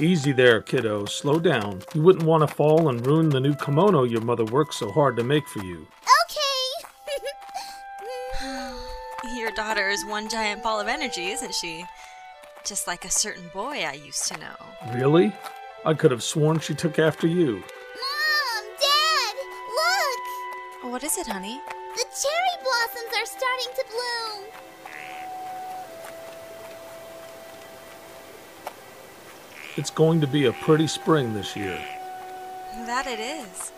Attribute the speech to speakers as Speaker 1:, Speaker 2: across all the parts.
Speaker 1: Easy there, kiddo. Slow down. You wouldn't want to fall and ruin the new kimono your mother worked so hard to make for you.
Speaker 2: Okay.
Speaker 3: Your daughter is one giant ball of energy, isn't she? Just like a certain boy I used to know.
Speaker 1: Really? I could have sworn she took after you.
Speaker 2: Mom, Dad, look!
Speaker 3: What is it, honey?
Speaker 2: The cherry blossoms are starting to bloom.
Speaker 1: It's going to be a pretty spring this year.
Speaker 3: That it is.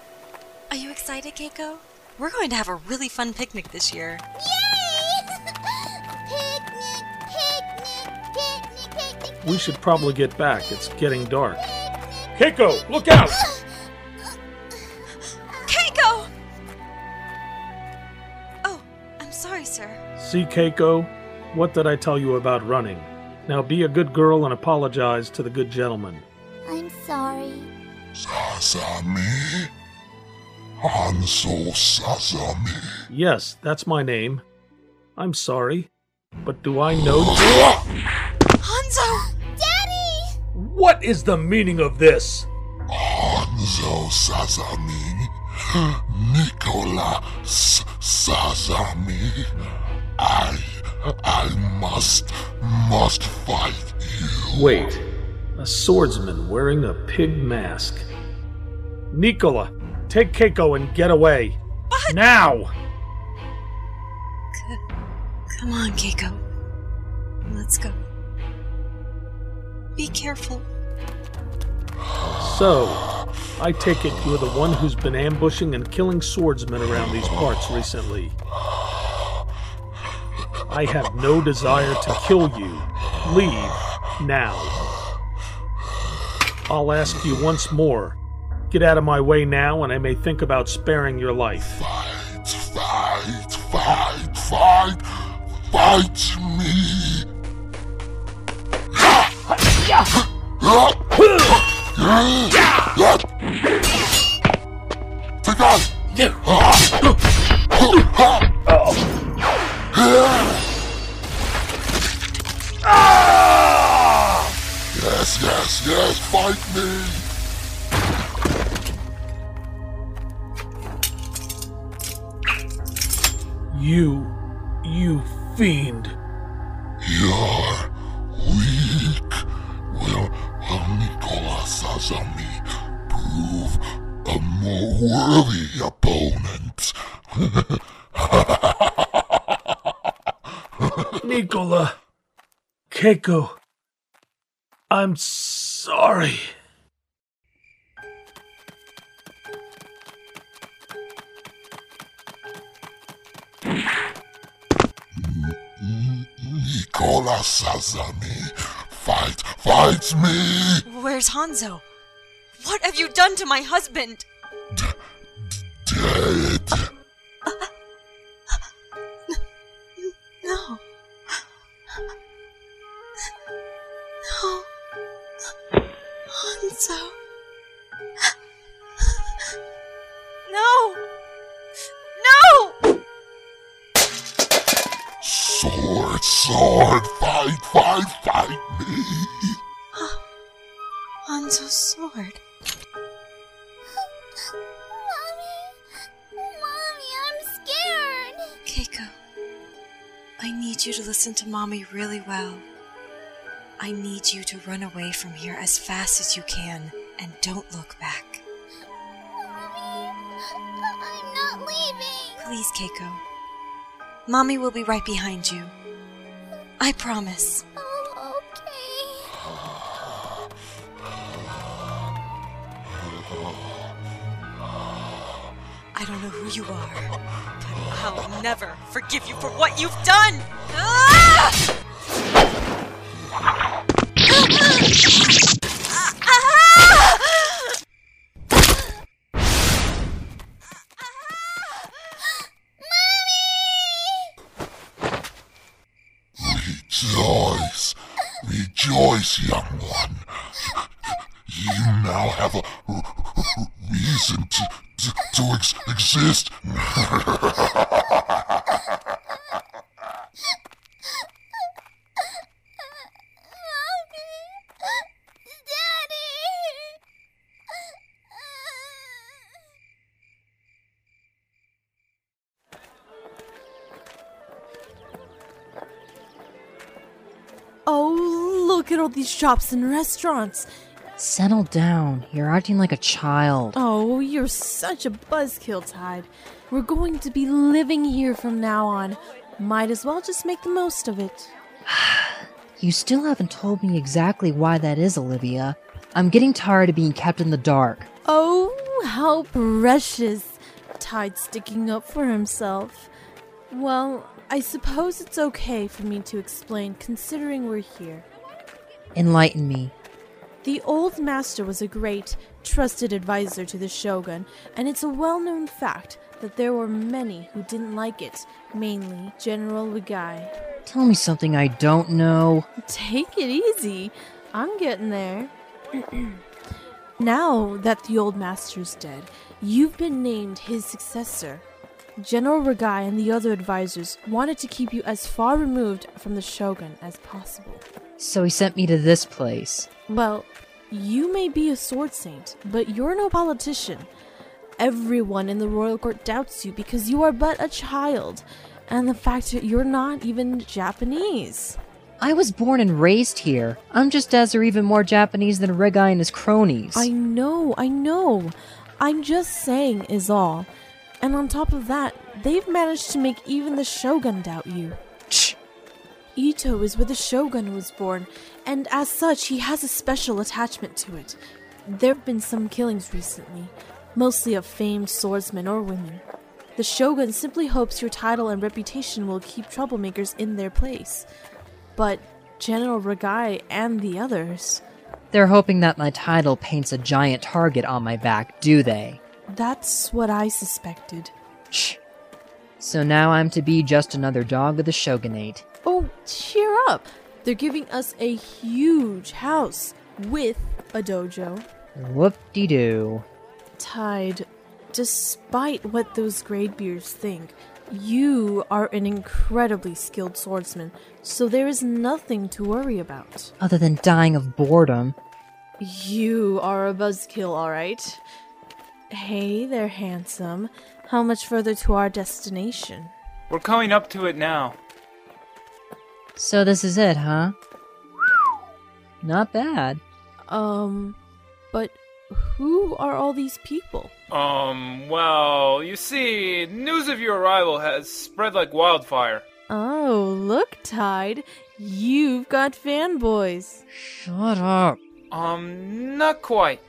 Speaker 3: Are you excited, Keiko? We're going to have a really fun picnic this year.
Speaker 2: Yay! picnic, picnic, picnic, picnic.
Speaker 1: We should probably get back. It's getting dark.
Speaker 2: picnic.
Speaker 1: Keiko, look out!
Speaker 3: Keiko! Oh, I'm sorry, sir.
Speaker 1: See, Keiko? What did I tell you about running? Now be a good girl and apologize to the good gentleman.
Speaker 2: I'm sorry.
Speaker 4: Sasami? Hanzo Sasami.
Speaker 1: Yes, that's my name. I'm sorry. But do I know.
Speaker 3: Hanzo!
Speaker 2: Daddy!
Speaker 1: What is the meaning of this?
Speaker 4: Hanzo Sasami. Nicola S- Sasami. I. I must. must fight you.
Speaker 1: Wait. A swordsman wearing a pig mask. Nicola, take Keiko and get away.
Speaker 3: But-
Speaker 1: Now!
Speaker 3: Come on, Keiko. Let's go. Be careful.
Speaker 1: So, I take it you're the one who's been ambushing and killing swordsmen around these parts recently. I have no desire to kill you. Leave now. I'll ask you once more. Get out of my way now, and I may think about sparing your life.
Speaker 4: Fight, fight, fight, fight. Fight me. Take that! Yes, yes, yes, fight me!
Speaker 1: You. you fiend.
Speaker 4: You're weak. Will, will Nicola Sasami prove a more worthy opponent?
Speaker 1: Nicola. Keiko. I'm sorry.
Speaker 4: Nicola Sasami, fight, fight me!
Speaker 3: Where's Hanzo? What have you done to my husband?
Speaker 4: Dead.
Speaker 3: No. No. Hanzo. No. No!
Speaker 4: Sword, sword, fight, fight, fight me!
Speaker 3: Hanzo's sword.
Speaker 2: Mommy! Mommy, I'm scared!
Speaker 3: Keiko, I need you to listen to Mommy really well. I need you to run away from here as fast as you can and don't look back.
Speaker 2: Oh, Mommy! I'm not leaving!
Speaker 3: Please, Keiko. Mommy will be right behind you. I promise.
Speaker 2: Oh, okay.
Speaker 3: I don't know who you are, but I'll never forgive you for what you've done! Ah! Ah!
Speaker 4: Rejoice! Rejoice, young one! You now have a r- r- reason to, to, to ex- exist!
Speaker 2: Mommy! Daddy!
Speaker 5: Oh, Look at all these shops and restaurants.
Speaker 6: Settle down. You're acting like a child.
Speaker 5: Oh, you're such a buzzkill, Tide. We're going to be living here from now on. Might as well just make the most of it.
Speaker 6: You still haven't told me exactly why that is, Olivia. I'm getting tired of being kept in the dark.
Speaker 5: Oh, how precious. Tide sticking up for himself. Well, I suppose it's okay for me to explain considering we're here.
Speaker 6: Enlighten me.
Speaker 5: The old master was a great, trusted advisor to the shogun, and it's a well known fact that there were many who didn't like it, mainly General Wagai.
Speaker 6: Tell me something I don't know.
Speaker 5: Take it easy. I'm getting there. now that the old master's dead, you've been named his successor. General Ragai and the other advisors wanted to keep you as far removed from the shogun as possible.
Speaker 6: So he sent me to this place.
Speaker 5: Well, you may be a sword saint, but you're no politician. Everyone in the royal court doubts you because you are but a child, and the fact that you're not even Japanese.
Speaker 6: I was born and raised here. I'm just as or even more Japanese than Regai and his cronies.
Speaker 5: I know, I know. I'm just saying, is all. And on top of that, they've managed to make even the shogun doubt you.
Speaker 6: Tch.
Speaker 5: Ito is where the shogun was born, and as such, he has a special attachment to it. There have been some killings recently, mostly of famed swordsmen or women. The shogun simply hopes your title and reputation will keep troublemakers in their place. But General Ragai and the others.
Speaker 6: They're hoping that my title paints a giant target on my back, do they?
Speaker 5: That's what I suspected.
Speaker 6: Shh. So now I'm to be just another dog of the shogunate.
Speaker 5: Oh, cheer up! They're giving us a huge house with a dojo.
Speaker 6: Whoop de doo.
Speaker 5: Tide, despite what those graybeards think, you are an incredibly skilled swordsman, so there is nothing to worry about.
Speaker 6: Other than dying of boredom.
Speaker 5: You are a buzzkill, alright. Hey there, handsome. How much further to our destination?
Speaker 7: We're coming up to it now.
Speaker 6: So this is it, huh? Not bad.
Speaker 5: Um, but who are all these people?
Speaker 7: Um, well, you see, news of your arrival has spread like wildfire.
Speaker 5: Oh, look, Tide. You've got fanboys.
Speaker 6: Shut up.
Speaker 7: Um, not quite.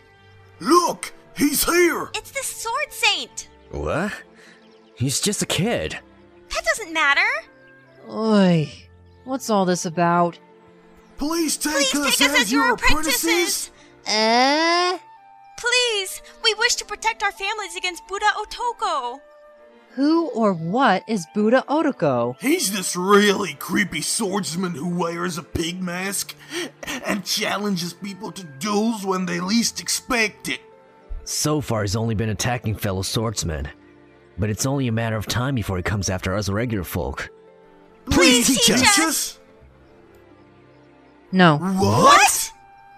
Speaker 8: Look! He's here!
Speaker 2: It's the sword saint!
Speaker 9: What? He's just a kid.
Speaker 2: That doesn't matter!
Speaker 6: Oi. What's all this about?
Speaker 8: Please take,
Speaker 2: Please
Speaker 8: us,
Speaker 2: take us as your apprentices!
Speaker 6: Eh?
Speaker 2: Please! We wish to protect our families against Buddha Otoko!
Speaker 6: Who or what is Buddha Otoko?
Speaker 8: He's this really creepy swordsman who wears a pig mask and challenges people to duels when they least expect it.
Speaker 9: So far, he's only been attacking fellow swordsmen. But it's only a matter of time before he comes after us regular folk.
Speaker 2: Please teach us.
Speaker 6: No.
Speaker 8: What?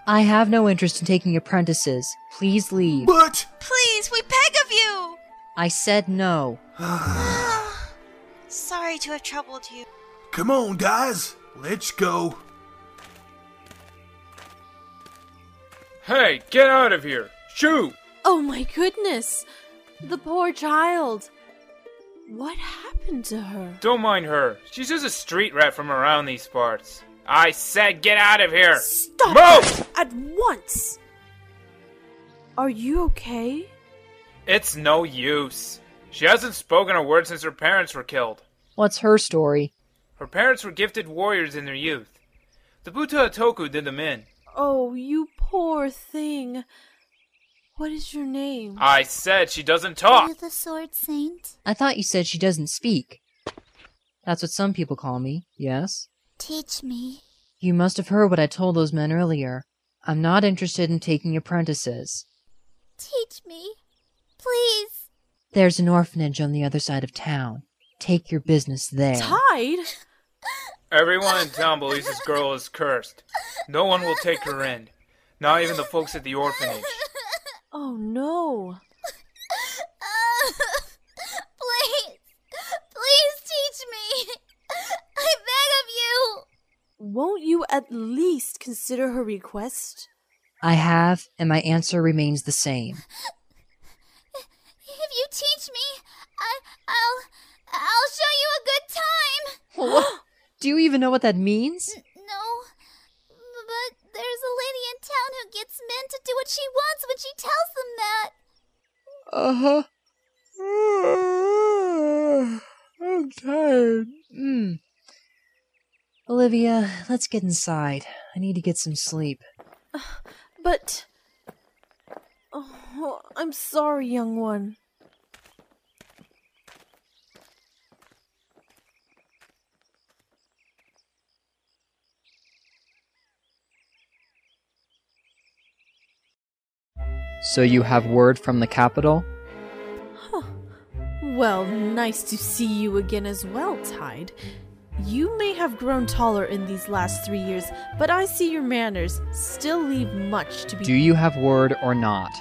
Speaker 6: I have no interest in taking apprentices. Please leave.
Speaker 8: But
Speaker 2: Please, we beg of you!
Speaker 6: I said no.
Speaker 2: Sorry to have troubled you.
Speaker 8: come on, guys, let's go.
Speaker 7: Hey, get out of here! Shoo!
Speaker 5: Oh my goodness! The poor child! What happened to her?
Speaker 7: Don't mind her. She's just a street rat from around these parts. I said get out of here!
Speaker 5: Stop
Speaker 7: Move!
Speaker 5: it at once! Are you okay?
Speaker 7: It's no use. She hasn't spoken a word since her parents were killed.
Speaker 6: What's her story?
Speaker 7: Her parents were gifted warriors in their youth. The Buta Otoku did them in.
Speaker 5: Oh, you poor thing. What is your name?
Speaker 7: I said she doesn't talk.
Speaker 2: the sword saint?
Speaker 6: I thought you said she doesn't speak. That's what some people call me, yes?
Speaker 2: Teach me.
Speaker 6: You must have heard what I told those men earlier. I'm not interested in taking apprentices.
Speaker 2: Teach me. Please.
Speaker 6: There's an orphanage on the other side of town. Take your business there.
Speaker 5: Tide?
Speaker 7: Everyone in town believes this girl is cursed. No one will take her in. Not even the folks at the orphanage.
Speaker 5: Oh no.
Speaker 2: please. Please teach me. I beg of you.
Speaker 5: Won't you at least consider her request?
Speaker 6: I have, and my answer remains the same.
Speaker 2: If you teach me, I, I'll, I'll show you a good time.
Speaker 6: Do you even know what that means?
Speaker 2: No, but there's a lady in town who gets men to do what she wants when she tells them that.
Speaker 6: Uh huh. I'm tired. Mm. Olivia, let's get inside. I need to get some sleep.
Speaker 5: But. Oh, I'm sorry, young one.
Speaker 6: So you have word from the capital?
Speaker 5: Well, nice to see you again as well, Tide. You may have grown taller in these last three years, but I see your manners still leave much to be.
Speaker 6: Do you have word or not?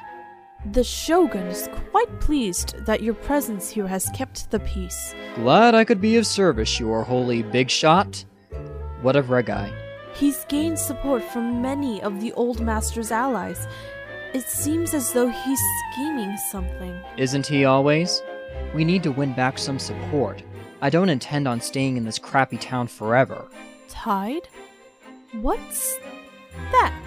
Speaker 5: The Shogun is quite pleased that your presence here has kept the peace.
Speaker 6: Glad I could be of service, you are holy big shot. What of Regai?
Speaker 5: He's gained support from many of the old master's allies. It seems as though he's scheming something.
Speaker 6: Isn't he always? We need to win back some support. I don't intend on staying in this crappy town forever.
Speaker 5: Tide? What's that?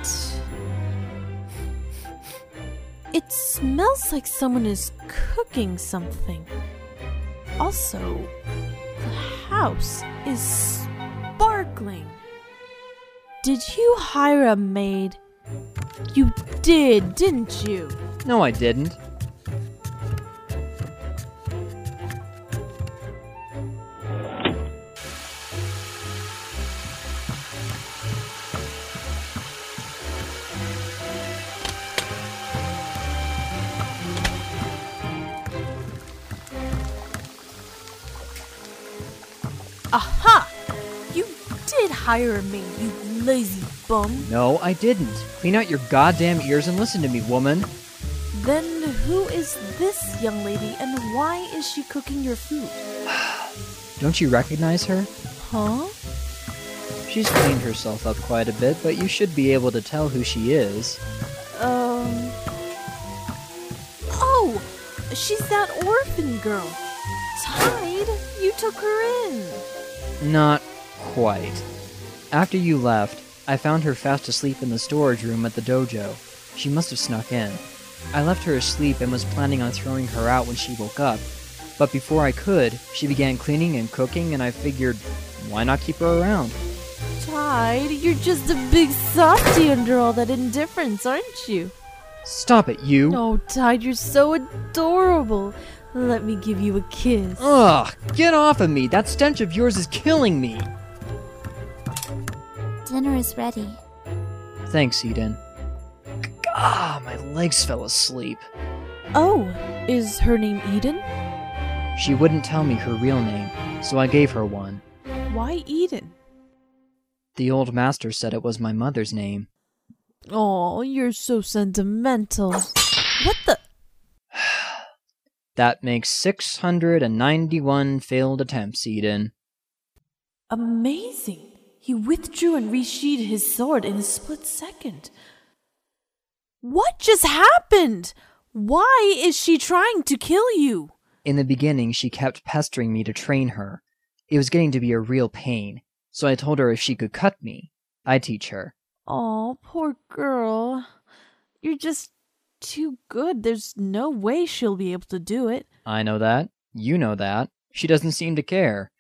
Speaker 5: It smells like someone is cooking something. Also, the house is sparkling. Did you hire a maid? You did, didn't you?
Speaker 6: No, I didn't.
Speaker 5: Aha! You did hire a maid, you lazy bum.
Speaker 6: No, I didn't. Clean out your goddamn ears and listen to me, woman.
Speaker 5: Then who is this young lady and why is she cooking your food?
Speaker 6: Don't you recognize her?
Speaker 5: Huh?
Speaker 6: She's cleaned herself up quite a bit, but you should be able to tell who she is.
Speaker 5: Um. Oh! She's that orphan girl! Tide! You took her in!
Speaker 6: Not quite. After you left, I found her fast asleep in the storage room at the dojo. She must have snuck in. I left her asleep and was planning on throwing her out when she woke up, but before I could, she began cleaning and cooking, and I figured, why not keep her around?
Speaker 5: Tide, you're just a big softy under all that indifference, aren't you?
Speaker 6: Stop it, you!
Speaker 5: Oh, Tide, you're so adorable! Let me give you a kiss.
Speaker 6: Ugh, get off of me! That stench of yours is killing me!
Speaker 2: Dinner is ready.
Speaker 6: Thanks, Eden. Ah, my legs fell asleep.
Speaker 5: Oh, is her name Eden?
Speaker 6: She wouldn't tell me her real name, so I gave her one.
Speaker 5: Why Eden?
Speaker 6: The old master said it was my mother's name.
Speaker 5: Oh, you're so sentimental. What the?
Speaker 6: That makes 691 failed attempts, Eden.
Speaker 5: Amazing! He withdrew and resheathed his sword in a split second. What just happened? Why is she trying to kill you?
Speaker 6: In the beginning, she kept pestering me to train her. It was getting to be a real pain, so I told her if she could cut me, I'd teach her.
Speaker 5: Oh, poor girl. You're just too good. There's no way she'll be able to do it.
Speaker 6: I know that. You know that. She doesn't seem to care,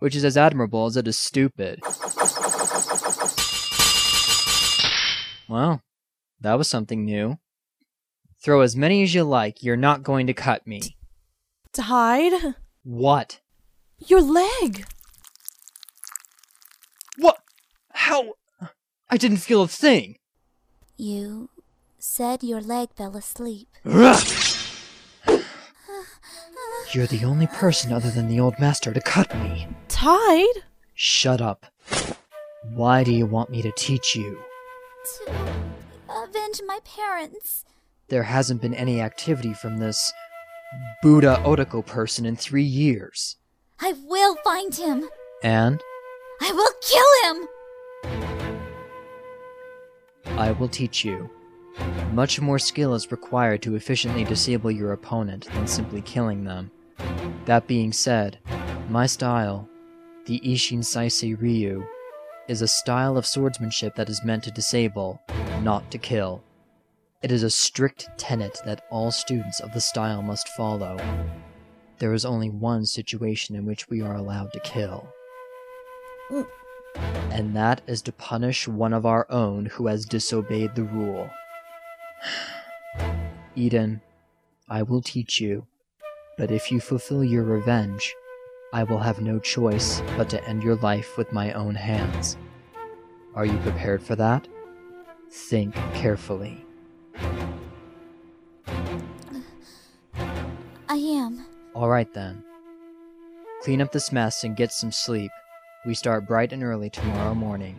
Speaker 6: which is as admirable as it is stupid. Well, that was something new. Throw as many as you like, you're not going to cut me.
Speaker 5: Tide?
Speaker 6: What?
Speaker 5: Your leg!
Speaker 6: What? How? I didn't feel a thing.
Speaker 2: You said your leg fell asleep.
Speaker 6: You're the only person other than the old master to cut me.
Speaker 5: Tide?
Speaker 6: Shut up. Why do you want me to teach you?
Speaker 2: To avenge my parents.
Speaker 6: There hasn't been any activity from this Buddha Otoko person in three years.
Speaker 2: I will find him.
Speaker 6: And
Speaker 2: I will kill him.
Speaker 6: I will teach you. Much more skill is required to efficiently disable your opponent than simply killing them. That being said, my style, the Ishin Saisei Ryu, is a style of swordsmanship that is meant to disable, not to kill. It is a strict tenet that all students of the style must follow. There is only one situation in which we are allowed to kill. And that is to punish one of our own who has disobeyed the rule. Eden, I will teach you, but if you fulfill your revenge, I will have no choice but to end your life with my own hands. Are you prepared for that? Think carefully.
Speaker 2: I am.
Speaker 6: Alright then. Clean up this mess and get some sleep. We start bright and early tomorrow morning.